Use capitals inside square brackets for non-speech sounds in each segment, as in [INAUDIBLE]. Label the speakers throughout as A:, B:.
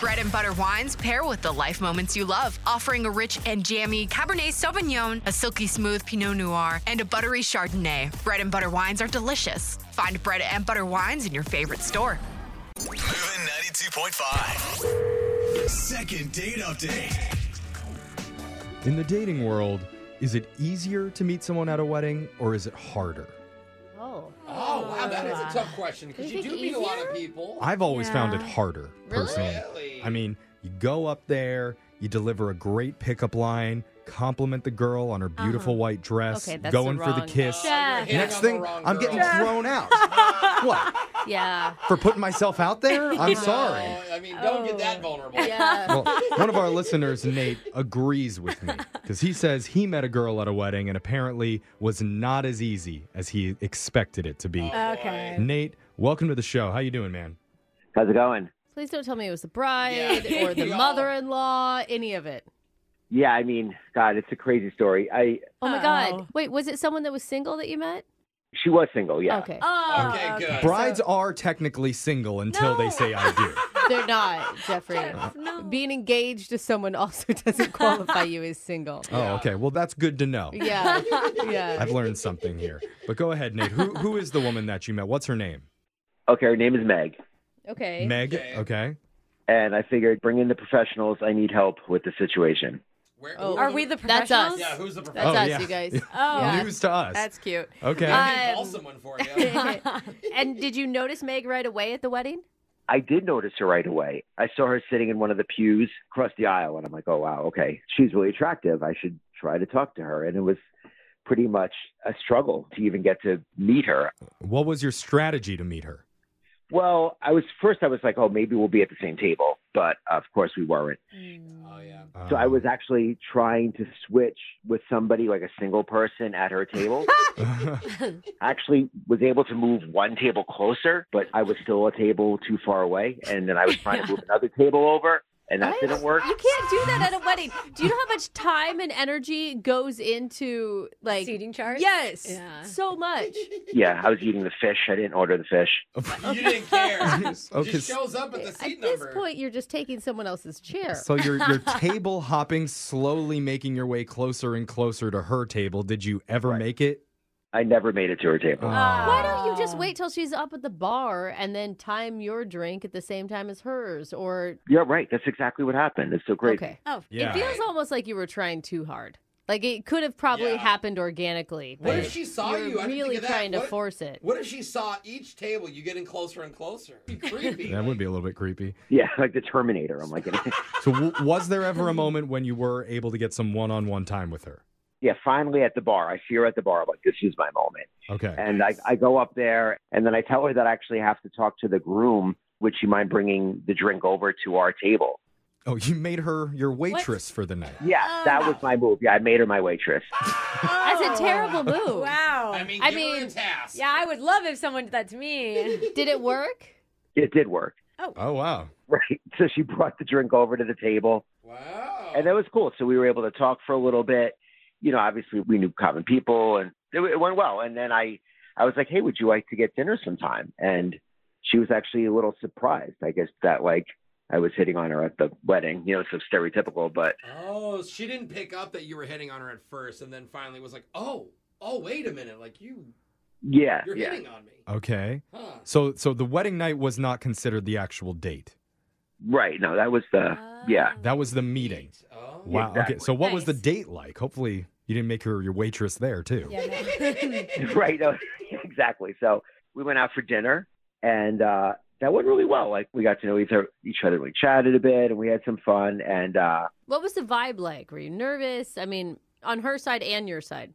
A: Bread and butter wines pair with the life moments you love, offering a rich and jammy Cabernet Sauvignon, a silky smooth Pinot Noir, and a buttery Chardonnay. Bread and butter wines are delicious. Find bread and butter wines in your favorite store.
B: Moving 92.5. Second date update.
C: In the dating world, is it easier to meet someone at a wedding or is it harder?
D: Oh.
E: Oh, wow, that is a tough question because you,
D: You
E: do
D: think
E: meet a lot
D: easier?
E: of people.
C: I've always found it
D: Yeah.
C: harder,
D: Really?
C: personally. I mean, you go up there, you deliver a great pickup line, compliment the girl on her beautiful white dress,
D: Uh-huh. Okay, that's the
C: going for the
D: wrong-
C: kiss.
D: Oh, Yeah.
E: You're hitting
C: Next
E: on the
C: thing,
E: wrong
C: I'm
E: girl.
C: getting thrown out.
E: [LAUGHS]
C: what?
D: Yeah.
C: For putting myself out there?
D: [LAUGHS]
C: I'm sorry.
E: No, Oh, I mean, don't get that vulnerable.
D: Oh.
E: [LAUGHS]
D: Yeah.
C: Well, one of our listeners, Nate, agrees with me because he says he met a girl at a wedding and apparently was not as easy as he expected it to be.
D: Okay.
C: Nate, welcome to the show. How you doing, man?
F: How's it going?
D: Please don't tell me it was the bride
C: [LAUGHS]
E: Yeah.
D: or the
E: We all-
D: mother-in-law, any of it.
F: Yeah, I mean, God, it's a crazy story. I
D: Oh my
G: Uh-oh.
D: god. Wait, was it someone that was single that you met?
F: she was single, yeah.
D: Okay.
G: Oh,
E: Okay, good.
C: Brides are technically single until they say I do.
D: They're [LAUGHS] not, Jeffrey.
G: No.
D: Being engaged to someone also [LAUGHS] doesn't qualify you as single.
C: oh, okay. Well, that's good to know.
D: [LAUGHS] Yeah. Yeah.
C: I've learned something here. But go ahead, Nate. Who who is the woman that you met? What's her name?
F: Okay, her name is Meg,
D: Okay.
C: Meg.
E: Okay.
C: Okay.
F: and I figured bring in the professionals. I need help with the situation.
E: Where,
D: Oh.
E: who-
G: Are we the
D: That's us.
G: professionals?
E: Yeah, who's the
D: That's
E: professional?
C: Oh,
D: us,
C: yeah.
D: you guys.
C: [LAUGHS]
G: Oh,
D: Yeah.
C: News to us.
G: that's
D: [LAUGHS]
G: cute.
C: okay.
E: I can call
D: Um,
E: someone for you.
D: [LAUGHS] and did you notice Meg right away at the wedding?
F: I did notice her right away. I saw her sitting in one of the pews across the aisle, and I'm like, oh wow, okay, she's really attractive. I should try to talk to her. And it was pretty much a struggle to even get to meet her.
C: What was your strategy to meet her?
F: Well, I was first. I was like, oh, maybe we'll be at the same table, but of course we weren't.
E: oh, yeah.
F: So I
C: Um,
F: was actually trying to switch with somebody, like a single person at her table.
C: Uh, [LAUGHS]
F: actually was able to move one table closer, but I was still a table too far away. And then I was trying to move another table over, and that
D: What?
F: didn't work.
D: You can't do that at a wedding. Do you know how much time and energy goes into like
G: Seating charts?
D: Yes.
G: Yeah.
D: So much.
F: Yeah, I was eating the fish. I didn't order the fish.
E: You didn't
C: [LAUGHS]
E: care.
C: Oh,
E: She
C: 'cause-
E: shows up at the seat
D: At this
E: number.
D: point, you're just taking someone else's chair.
C: So you're you're table hopping, slowly making your way closer and closer to her table. Did you ever
F: Right.
C: make it?
F: I never made it to her
C: Oh.
F: table.
D: Why don't you just wait till she's up at the bar and then time your drink at the same time as hers? Or
F: Yeah, right. That's exactly what happened. It's so great.
D: okay,
G: Oh,
C: Yeah.
D: it feels almost like you were trying too hard. Like it could have probably
E: Yeah.
D: happened organically.
E: What
D: but
E: if she saw
D: you're
E: you? I didn't
D: really
E: think of that.
D: trying to
E: What-
D: force it.
E: What if she saw each table you getting closer and closer? It'd
D: [LAUGHS]
E: be creepy.
C: Oh, That would be a little bit creepy.
F: Yeah, [LAUGHS] like the Terminator. I'm like, [LAUGHS]
C: So w- was there ever a moment when you were able to get some one-on-one time with her?
F: yeah, finally at the bar. I see her at the bar. I'm like, this is my moment.
C: Okay.
F: And I, I go up there, and then I tell her that I actually have to talk to the groom. Would she mind bringing the drink over to our table?
C: Oh, you made her your waitress for the night.
F: Yeah, that was my move. Yeah, I made her my waitress.
D: That's a terrible [LAUGHS] move.
G: Wow.
E: I mean,
D: I
E: give her a
D: mean,
E: task.
G: yeah, I would love if someone did that to
E: [LAUGHS]
G: me.
D: Did it work?
F: It did work.
C: Oh wow.
F: [LAUGHS] Right. So she brought the drink over to the table,
E: Wow.
F: and that was cool. So we were able to talk for a little bit. You know, obviously we knew common people, and it, it went well. And then I, I was like, "Hey, would you like to get dinner sometime?" And she was actually a little surprised, I guess, that like I was hitting on her at the wedding. You know, so stereotypical, but
E: Oh, she didn't pick up that you were hitting on her at first, and then finally was like, "Oh, oh, wait a minute! Like you,
F: yeah,
E: you're
F: yeah,
E: hitting on me,
C: Okay.
E: huh?"
C: So so the wedding night was not considered the actual date.
F: right. No, that was the
E: Ah.
F: yeah. [LAUGHS]
C: That was the meeting.
E: Oh,
C: Wow.
E: [LAUGHS]
F: Exactly.
C: Okay. So what was the
G: Nice.
C: date like? Hopefully you didn't make her your waitress there too.
F: right. No, [LAUGHS] exactly. So we went out for dinner, and uh, that went really well. Like we got to know each other, each other. We chatted a bit, and we had some fun. And uh,
D: What was the vibe like? Were you nervous? I mean, on her side and your side.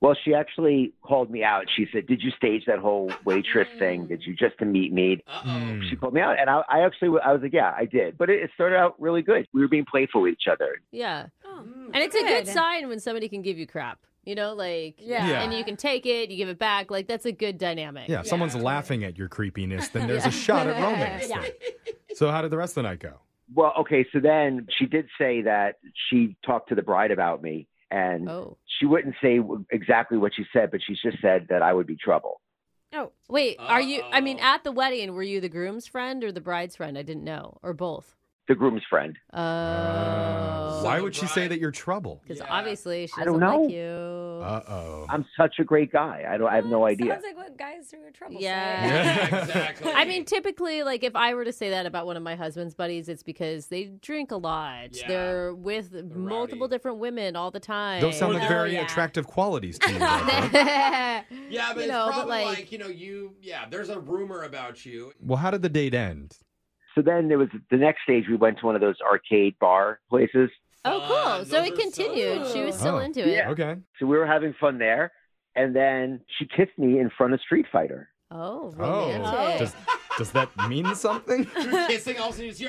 F: well, she actually called me out. She said, "Did you stage that whole waitress
G: Mm-hmm.
F: thing? Did you just to meet me?"
E: Uh oh.
C: Hmm.
F: She called me out, and I, I actually I was like, "Yeah, I did." But it, it started out really good. We were being playful with each other.
D: Yeah. Oh, And it's a good
G: Good.
D: sign when somebody can give you crap. You know, like
G: Yeah.
C: Yeah.
D: and you can take it, you give it back. Like that's a good dynamic.
C: Yeah, if someone's laughing at your creepiness, then there's a shot at romance.
G: Yeah.
C: there. So how did the rest of the night go?
F: Well, okay. So then she did say that she talked to the bride about me, and
D: Oh.
F: she wouldn't say exactly what she said, but she just said that I would be trouble.
G: Oh,
D: Wait, are you I mean
E: Uh-oh.
D: at the wedding were you the groom's friend or the bride's friend? I didn't know. Or both.
F: the groom's friend.
D: Oh.
C: Why would she say that you're trouble?
D: Because
E: Yeah.
D: obviously she
F: I don't
D: doesn't like
F: know.
D: you.
C: Uh oh.
F: [LAUGHS] I'm such a great guy. I don't. I have no
G: Well,
F: idea.
G: Oh, Sounds like what guys through your trouble. [LAUGHS]
D: Yeah.
G: say.
E: Yeah, [LAUGHS] exactly.
D: I mean, typically, like if I were to say that about one of my husband's buddies, it's because they drink a lot.
E: Yeah.
D: They're with multiple
E: rowdy.
D: different women all the time.
C: Those sound like
G: Oh,
C: very
D: [LAUGHS]
G: yeah.
C: attractive qualities to you. Becca.
E: yeah, but
D: you
E: it's
D: know, but,
E: probably
D: like-
E: like, you know, you yeah. There's a rumor about
D: [LAUGHS]
E: you.
C: well, how did the date end?
F: So then there was the next stage. We went to one of those arcade bar places.
D: oh, cool.
E: Fun,
D: So
E: those
D: it
E: are
D: continued. she
E: fun.
D: was still
C: Oh.
D: into it.
F: Yeah.
C: Okay.
F: So we were having fun there, and then she kissed me in front of Street Fighter.
D: Oh,
C: Oh.
D: romantic.
C: Does, does that mean something?
E: You're kissing, all of a sudden you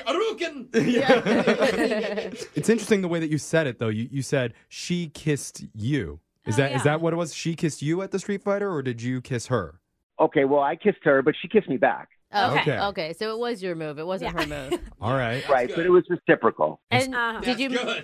C: [LAUGHS]
E: hear Aruken.
C: Yeah. it's interesting the way that you said it, though. You, you said she kissed you. Is
G: Oh,
C: that is
G: yeah.
C: that what it was? She kissed you at the Street Fighter, or did you kiss her?
F: Okay, well I kissed her, but she kissed me back.
D: Oh,
C: Okay.
D: okay. So it was your move. It wasn't
G: Yeah.
D: her move.
C: All right.
F: right,
E: good.
F: but it was reciprocal.
D: And
G: Uh-huh.
D: did
E: [LAUGHS]
D: you
E: That's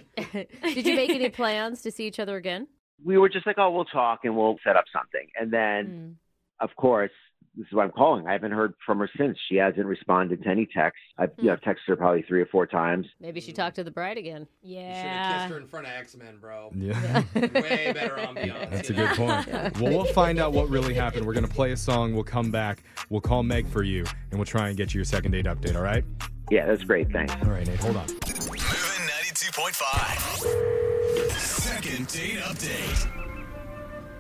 D: did you make
G: [LAUGHS]
D: any plans to see each other again?
F: We were just like, oh, we'll talk and we'll set up something. And then, of course, this is what I'm calling. I haven't heard from her since. She hasn't responded to any text. I've you know, I've texted her probably three or four times.
D: Maybe she talked to the bride again.
E: You should have
G: Yeah.
E: kissed her in front of X Men, bro.
C: Yeah.
E: Way better ambiance.
C: That's a
E: you
C: good
E: know?
C: point. Well, we'll find out what really happened. We're going to play a song. We'll come back. We'll call Meg for you, and we'll try and get you your second date update, all right?
F: Yeah, that's great. Thanks.
C: All right, Nate, hold on.
B: Moving 92.5. Second date update.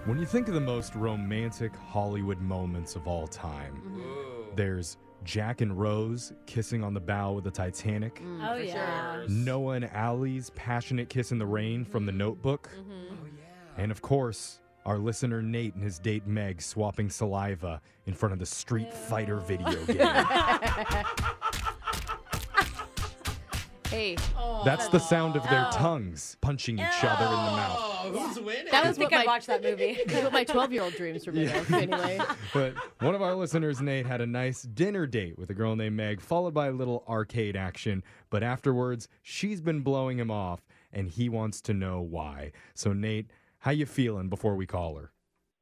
C: When you think of the most romantic Hollywood moments of all time,
E: Ooh.
C: there's Jack and Rose kissing on the bow of the Titanic,
G: Oh yeah.
E: There's-
C: Noah and Allie's passionate kiss in the rain from the notebook,
E: Oh, yeah.
C: and of course, our listener Nate and his date Meg swapping saliva in front of the Street Fighter video game.
D: Hey,
C: That's the sound of their tongues punching each other in the mouth.
E: Oh, who's winning?
D: that
G: I
D: was
G: think
D: what
G: I'd
D: my,
G: watch
D: [LAUGHS]
G: that movie.
D: what my twelve-year-old dreams were made of. Anyway,
C: [LAUGHS] But one of our listeners, Nate, had a nice dinner date with a girl named Meg, followed by a little arcade action. But afterwards, she's been blowing him off, and he wants to know why. So, Nate, how you feeling before we call her?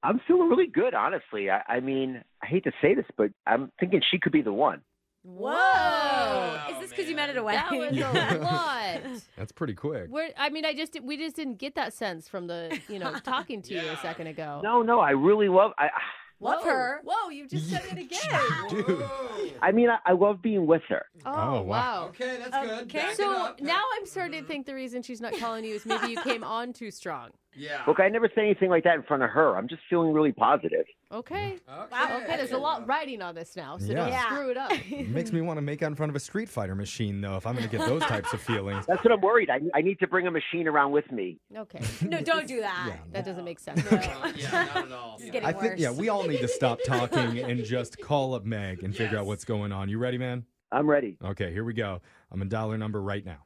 F: I'm feeling really good, honestly. I, I mean, I hate to say this, but I'm thinking she could be the one.
G: Whoa. Is this because you met at a
D: that
G: wedding?
D: was [LAUGHS] a lot.
C: That's pretty quick.
D: We're, I mean, I just we just didn't get that sense from the you know talking to you a
E: Yeah.
D: second ago.
F: No, no, I really love. I,
G: [LAUGHS] Love
D: Whoa.
G: her.
D: Whoa, you just said it
G: [LAUGHS]
D: again.
C: [LAUGHS] Dude.
E: Whoa.
F: I mean, I, I love being with her.
C: Oh, wow.
E: Okay, that's good.
G: Okay.
E: Back it
D: So
E: up.
D: now I'm starting to think the reason she's not calling you is maybe you came on too strong.
E: Yeah.
F: Look, I never say anything like that in front of her. I'm just feeling really positive.
D: Okay.
E: Wow.
D: Okay, there's a
E: Uh,
D: lot riding on this now, so don't
G: Yeah.
D: screw it up.
C: It makes me want to make out in front of a Street Fighter machine, though, if I'm going to
E: [LAUGHS]
C: get those types of feelings.
F: That's what I'm worried. I, I need to bring a machine around with me.
D: [LAUGHS] Okay,
G: No, don't do that.
D: that doesn't make sense.
E: yeah, not at
D: [LAUGHS]
E: all.
G: This is
E: Yeah.
G: getting
C: I think,
G: worse.
C: yeah, we all need to stop talking and just call up Meg and figure out
E: [LAUGHS] Yes.
C: what's going on. You ready, man?
F: I'm ready.
C: Okay, here we go. I'm a dollar number right now.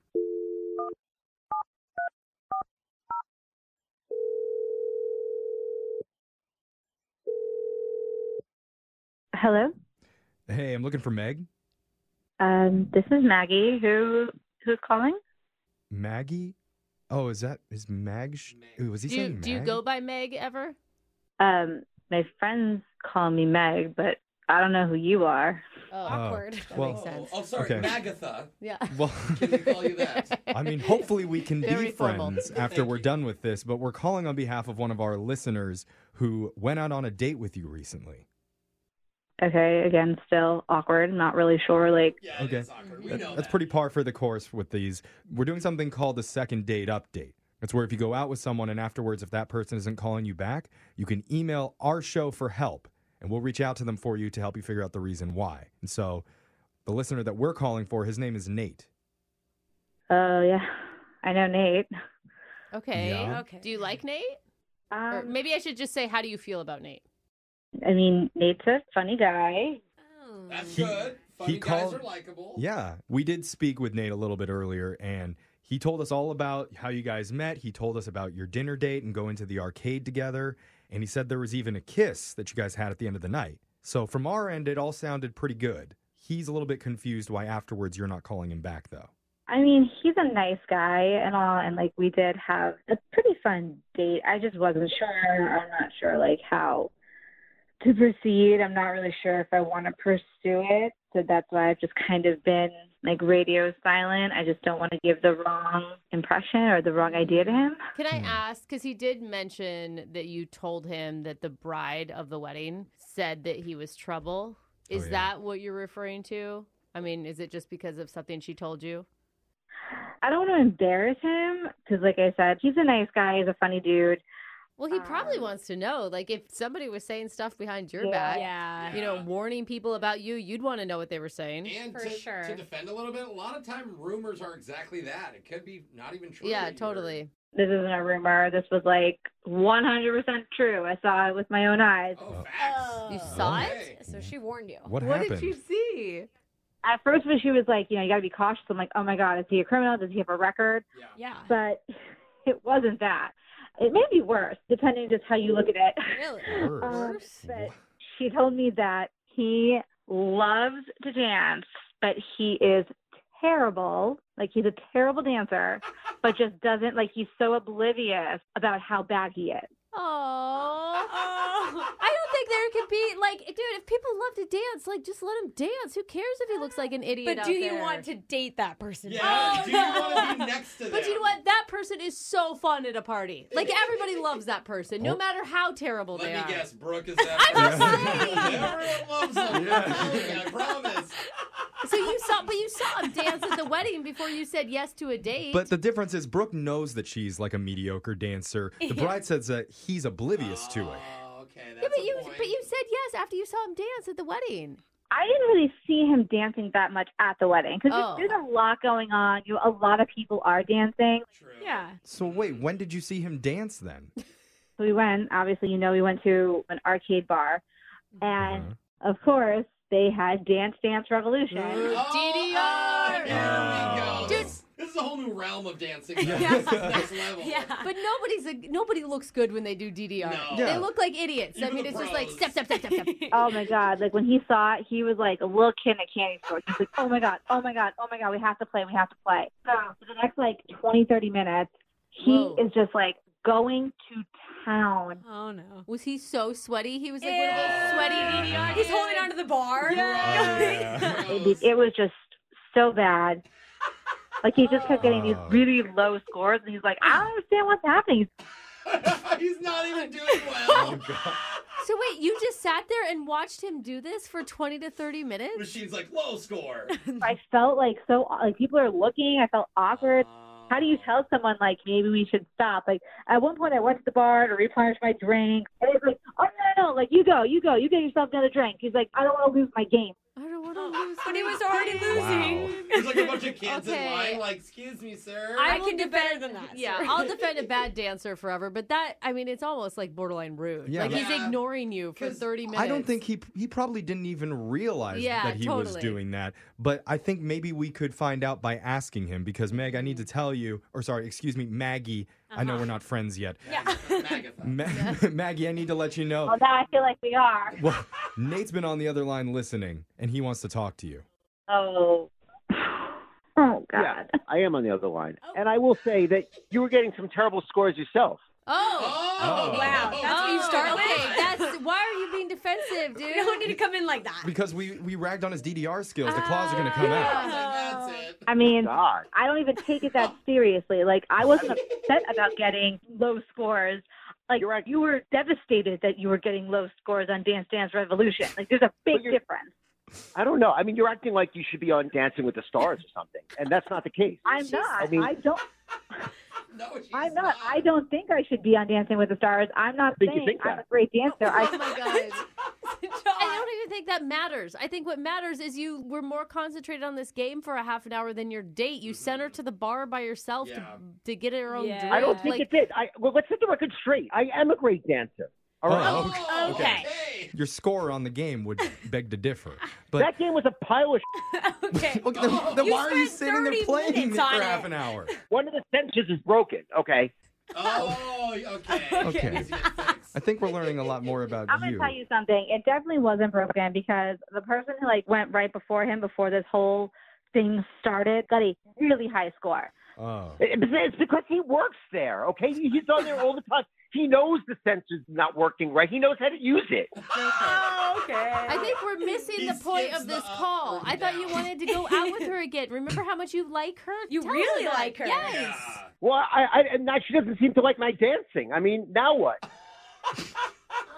H: Hello.
C: Hey, I'm looking for Meg.
H: Um, this is Maggie. Who who's calling?
C: Maggie? Oh, is that is Mag? Sh- Ooh, was he
D: Do you,
C: saying
D: do you
C: Mag?
D: go by Meg ever?
H: Um, my friends call me Meg, but I don't know who you are.
D: Oh,
G: Awkward.
D: that
C: well-
E: [LAUGHS]
D: makes sense.
E: Oh, sorry,
C: Okay.
E: Magatha.
D: Yeah.
C: [LAUGHS] Well,
E: Can we call you
D: [LAUGHS]
E: that?
C: I mean, hopefully we can be
D: Very formal. [LAUGHS]
C: friends after
E: Thank
C: we're
E: you.
C: done with this. But we're calling on behalf of one of our listeners who went out on a date with you recently.
H: Okay, again, still awkward. Not really sure. Like,
E: Yeah,
C: Okay.
E: it's awkward. We
C: That-
E: know
C: that's
E: that.
C: pretty par for the course with these. We're doing something called the second date update. That's where if you go out with someone and afterwards, if that person isn't calling you back, you can email our show for help and we'll reach out to them for you to help you figure out the reason why. And so the listener that we're calling for, his name is Nate.
H: oh yeah, I know Nate.
D: Okay.
C: Yeah.
G: Okay.
D: Do you like Nate? Or
H: Um,
D: maybe I should just say, how do you feel about Nate?
H: I mean, Nate's a funny guy.
G: Oh.
E: That's
C: He-
E: good. Funny
C: he
E: guys
C: called-
E: are likable.
C: Yeah, we did speak with Nate a little bit earlier and he told us all about how you guys met. He told us about your dinner date and going to the arcade together. And he said there was even a kiss that you guys had at the end of the night. So from our end, it all sounded pretty good. He's a little bit confused why afterwards you're not calling him back, though.
H: I mean, he's a nice guy and all, and like we did have a pretty fun date. I just wasn't sure. I'm not sure like how to proceed. I'm not really sure if I want to pursue it, so that's why I've just kind of been like radio silent. I just don't want to give the wrong impression or the wrong idea to him.
D: Can I
C: Hmm.
D: ask? Because he did mention that you told him that the bride of the wedding said that he was trouble.
C: Oh,
D: Is
C: yeah.
D: that what you're referring to? I mean, is it just because of something she told you?
H: I don't want to embarrass him because, like I said, he's a nice guy. He's a funny dude.
D: Well, he probably
H: Um,
D: wants to know. Like, if somebody was saying stuff behind your
H: Yeah.
D: back,
G: Yeah.
D: you know, warning people about you, you'd want to know what they were saying.
E: Um, And
G: For
E: to,
G: sure.
E: to defend a little bit, a lot of time rumors are exactly that. It could be not even true.
D: yeah,
E: that you heard.
D: totally.
H: This isn't a rumor. This was like 100% true. I saw it with my own eyes.
E: Oh, facts.
D: You saw
E: Okay.
G: it? So she warned you.
C: What,
D: what
C: happened?
D: did you see?
H: At first, when she was like, you know, you got to be cautious. I'm like, oh my God, is he a criminal? Does he have a record?
E: Yeah.
G: Yeah.
H: But [LAUGHS] it wasn't that. It may be worse, depending just how you look at it.
G: Really?
C: Worse.
H: Um,
G: Worse?
H: but [LAUGHS] she told me that he loves to dance, but he is terrible. Like he's a terrible dancer, but just doesn't like he's so oblivious about how bad he is.
D: Oh, I don't think there could be like, dude. If people love to dance, like, just let them dance. Who cares if he looks like an idiot?
G: But
D: out
G: do you
D: there?
G: want to date that person?
E: Yeah. Do you want to be next to them?
D: Oh. [LAUGHS] But you know what? That person is so fun at a party. Like everybody loves that person, no
C: Oh.
D: matter how terrible
E: Let
D: they
E: me
D: are.
E: guess. Brooke is
D: [LAUGHS]
E: that.
C: I'm
E: person.
C: saying.
E: Everyone loves them.
C: Yeah.
E: I promise.
D: So you saw, but you saw him dance at the wedding before you said yes to a date.
C: But the difference is Brooke knows that she's like a mediocre dancer.
D: [LAUGHS]
C: The bride says that he's oblivious to it.
E: Oh, okay. That's
D: yeah, but
E: a
D: you,
E: point.
D: but you said yes after you saw him dance at the wedding.
H: I didn't really see him dancing that much at the wedding because
D: Oh.
H: there's a lot going on. You know, a lot of people are dancing.
E: True.
D: [LAUGHS]
G: Yeah.
C: So wait, when did you see him dance then?
H: So we went. Obviously, you know, we went to an arcade bar, and
C: Uh-huh.
H: of course, they had Dance Dance Revolution.
E: Oh, Here
D: DDR.
E: we go.
D: Dude.
E: This is a whole new realm of dancing.
C: Yeah.
E: This is next
D: [LAUGHS]
E: level.
G: Yeah.
D: But nobody's a, nobody looks good when they do DDR.
E: No.
C: Yeah.
D: They look like idiots. I
E: Even
D: mean,
E: the
D: it's just like
E: pros.
D: step, step, step, step, step.
C: [LAUGHS]
H: Oh my god! Like when he saw it, he was like a little kid in a candy store. He's like, "Oh my god! Oh my god! Oh my god! We have to play! We have to play!" So for the next like twenty, thirty minutes, he
D: Whoa.
H: is just like going to town.
G: [LAUGHS] Oh no.
D: Was he so sweaty? He was like one of those
G: Ew.
D: sweaty DDR.
G: He's holding onto the bar.
C: Yeah.
H: It, it was just so bad. Like he just kept getting these
C: Oh.
H: really low scores, and he's like, "I don't understand what's happening."
E: [LAUGHS] He's not even doing
C: Oh
E: well.
D: So wait, you just sat there and watched him do this for twenty to thirty minutes?
E: Machine's like low score.
H: I felt like so like people are looking. I felt awkward.
F: Ah.
H: How do you tell someone like maybe we should stop? Like at one point, I went to the bar to replenish my drink, and he's like, "Oh no, no, no, like you go, you go, you get yourself another drink." He's like, "I don't want to lose my game."
D: I don't want
E: Oh,
D: to lose.
G: But [LAUGHS] he
D: my [LAUGHS]
G: was already
D: game.
C: Wow.
G: losing.
E: There's like a bunch of kids
D: Okay.
E: in line. Like, excuse me, sir.
G: I
D: will
G: can do
D: defend-
G: better than that,
D: Yeah,
G: sir.
D: I'll defend a bad dancer forever, but that I mean, it's almost like borderline rude.
C: Yeah,
D: like
C: but-
D: he's ignoring you for
E: 'Cause
D: thirty minutes.
C: I don't think he he probably didn't even realize
D: Yeah,
C: that he was
D: totally.
C: doing that. But I think maybe we could find out by asking him because Meg, I need to tell you, or sorry, excuse me, Maggie. I
G: Uh-huh.
C: know we're not friends yet.
D: [LAUGHS]
E: Magatha.
C: Ma- [LAUGHS] Maggie, I need to let you know.
H: Well, now I feel like
F: [SIGHS]
H: we are.
C: Well, Nate's been on the other line listening, and he wants to talk to you.
H: Oh, [SIGHS] oh God.
F: Yeah, I am on the other line, and I will say that you were getting some terrible scores yourself.
D: Oh.
E: Oh,
G: wow. That's what you
D: Oh,
G: start with?
D: okay. That's why are you
E: [LAUGHS]
D: being defensive, dude? Oh
G: You don't need to come in
D: [LAUGHS]
G: like that.
C: Because we, we ragged on his DDR skills. The claws are
G: Ah.
C: going to come
E: I
C: out.
E: was like, that's it.
H: I mean,
F: God,
H: I don't even take it that seriously. Like I wasn't upset about getting low scores. Like
F: You're right.
H: you were devastated that you were getting low scores on Dance Dance Revolution. Like there's a big
F: But you're-
H: difference.
F: I don't know. I mean, you're acting like you should be on Dancing with the Stars or something, and that's not the case.
H: I'm not. I,
F: I mean-
H: don't.
E: No, she's
H: I'm not. I don't think I should be on Dancing with the Stars. I'm not
F: But you
H: saying
F: think
H: I'm
F: that.
H: a great dancer.
C: [LAUGHS]
D: Oh
H: I,
D: my god. I don't even think that matters. I think what matters is you were more concentrated on this game for a half an hour than your date. You sent her to the bar by herself
E: Mm-hmm. Yeah.
D: to, to get her own
G: Yeah.
D: drink.
F: I don't think
D: Like,
F: it did. I, well, let's set the record straight. I am a great dancer. All right.
C: Oh,
E: Oh,
G: Okay.
C: Your score on the game would beg to
G: [LAUGHS]
C: differ. But
F: That game was a pile of shit.
G: Okay.
C: Look, then, then
G: You
C: why are you
G: spent
C: sitting there
G: 30
C: playing it
G: minutes
C: for
G: on
C: half
G: it.
C: an hour?
F: One of the sentences is broken. Okay.
E: Oh,
D: [LAUGHS]
E: okay.
C: Okay.
E: Easy
C: [LAUGHS]
E: to fix.
C: I think we're learning a lot more about
H: I'm gonna
C: you.
H: tell you something. It definitely wasn't broken because the person who like went right before him before this whole thing started got a really high score.
C: Oh.
F: It- It's because he works there, okay? He- He's on there all the time. He knows the sensor's not working right. He knows how to use it.
G: Oh, okay.
D: I think we're missing
E: He
D: the point
E: skips
D: of
E: the
D: this
E: up
D: call.
E: or
D: I thought you
E: down.
D: wanted to go out with
E: [LAUGHS]
D: her again. Remember how much you like her?
G: You
D: Tell
G: really
D: that.
G: like her.
D: Yes.
E: Yeah.
F: Well, I, I and now she doesn't seem to like my dancing. I mean, now what?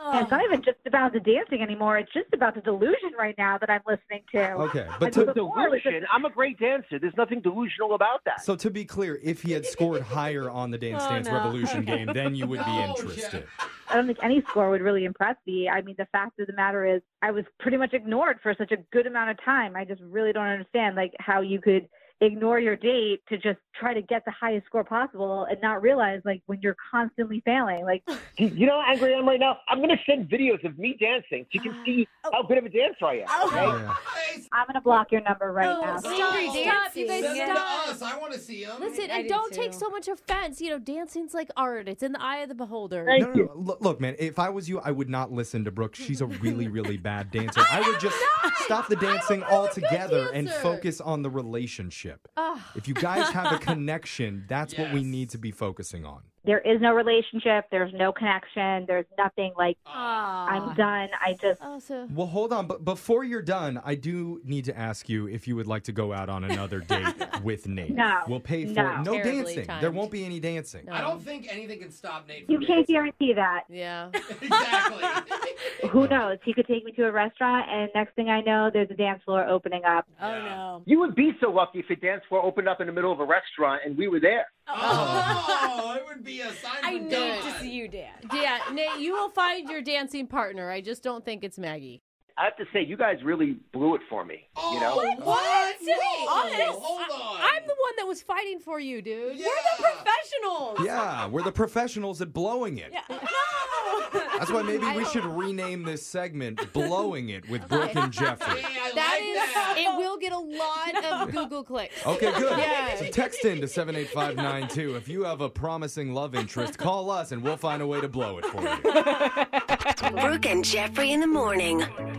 G: Oh.
H: It's not even just about the dancing anymore. It's just about the delusion right now that I'm listening to.
C: Okay, but to,
H: And so- Before it was
F: Delusion. I'm a great dancer. There's nothing delusional about that.
C: so to be clear, if he had scored higher on the Dance
D: Oh,
C: Dance
D: no.
C: Revolution game, then you would be
E: No,
C: interested.
H: I don't think any score would really impress me. I mean, the fact of the matter is, I was pretty much ignored for such a good amount of time. I just really don't understand like how you could ignore your date to just try to get the highest score possible and not realize like when you're constantly failing. Like
F: You- You know how angry I am right now? I'm going to send videos of me dancing so you can see how good of a dancer I am. okay?
C: Yeah.
H: I'm gonna block your number right
D: Oh,
H: now.
D: stop,
G: Angry
D: stop, you
G: dancing.
E: Send
D: guys
E: them to
D: stop.
E: us. I want to see them.
D: Listen,
G: I
D: and
G: do
D: don't
G: too.
D: take so much offense. You know, dancing's like art. It's in the eye of the beholder.
F: Thank
D: [LAUGHS]
C: No, no, no. Look, look, man. If I was you, I would not listen to Brooke. She's a really, really bad dancer. I, would just stop the dancing altogether and
D: dancer.
C: focus on the relationship.
D: Ugh.
C: If you guys have a connection, that's what we
E: Yes.
C: need to be focusing on.
H: There is no relationship. There's no connection. There's nothing. Like I'm done. I just
D: Oh, so
C: Well, hold on. But before you're done, I do need to ask you if you would like to go out on another date with Nate.
H: No.
C: We'll pay for
H: No.
C: it. No
D: Terribly
C: dancing.
D: timed.
C: There won't be any dancing.
D: no.
E: I don't think anything can stop Nate.
H: you
E: from
H: can't
E: dancing.
H: guarantee that.
D: Yeah.
E: [LAUGHS]
H: [LAUGHS]
E: exactly.
H: Who knows? He could take me to a restaurant, and next thing I know, there's a dance floor opening up.
G: Oh
E: Yeah.
G: no.
F: You would be so lucky if a dance floor opened up in the middle of a restaurant and we were there.
G: [LAUGHS]
E: Oh, it would be a sign.
G: I
E: from
G: need
E: God.
G: to see you dance.
D: Yeah, Nate, you will find your dancing partner. I just don't think it's Maggie.
F: I have to say, you guys really blew it for me.
E: Oh,
F: you know,
E: what?
G: Wait,
E: Whoa,
G: honest?
E: Hold on.
D: I'm the one that was fighting for you, dude.
E: Yeah.
G: Professionals.
C: Yeah, we're the professionals at blowing it.
G: Yeah. No.
C: That's why maybe we should rename this segment "Blowing It" with Brooke and Jeffrey.
E: Hey, I
D: That
E: like
D: is,
E: that.
D: it will get a
E: [LAUGHS]
D: lot of Google clicks.
C: Okay, good.
D: Yeah.
C: So text in to 78592 if you have a promising love interest. Call us and we'll find a way to blow it for you.
I: Brooke and Jeffrey in the morning.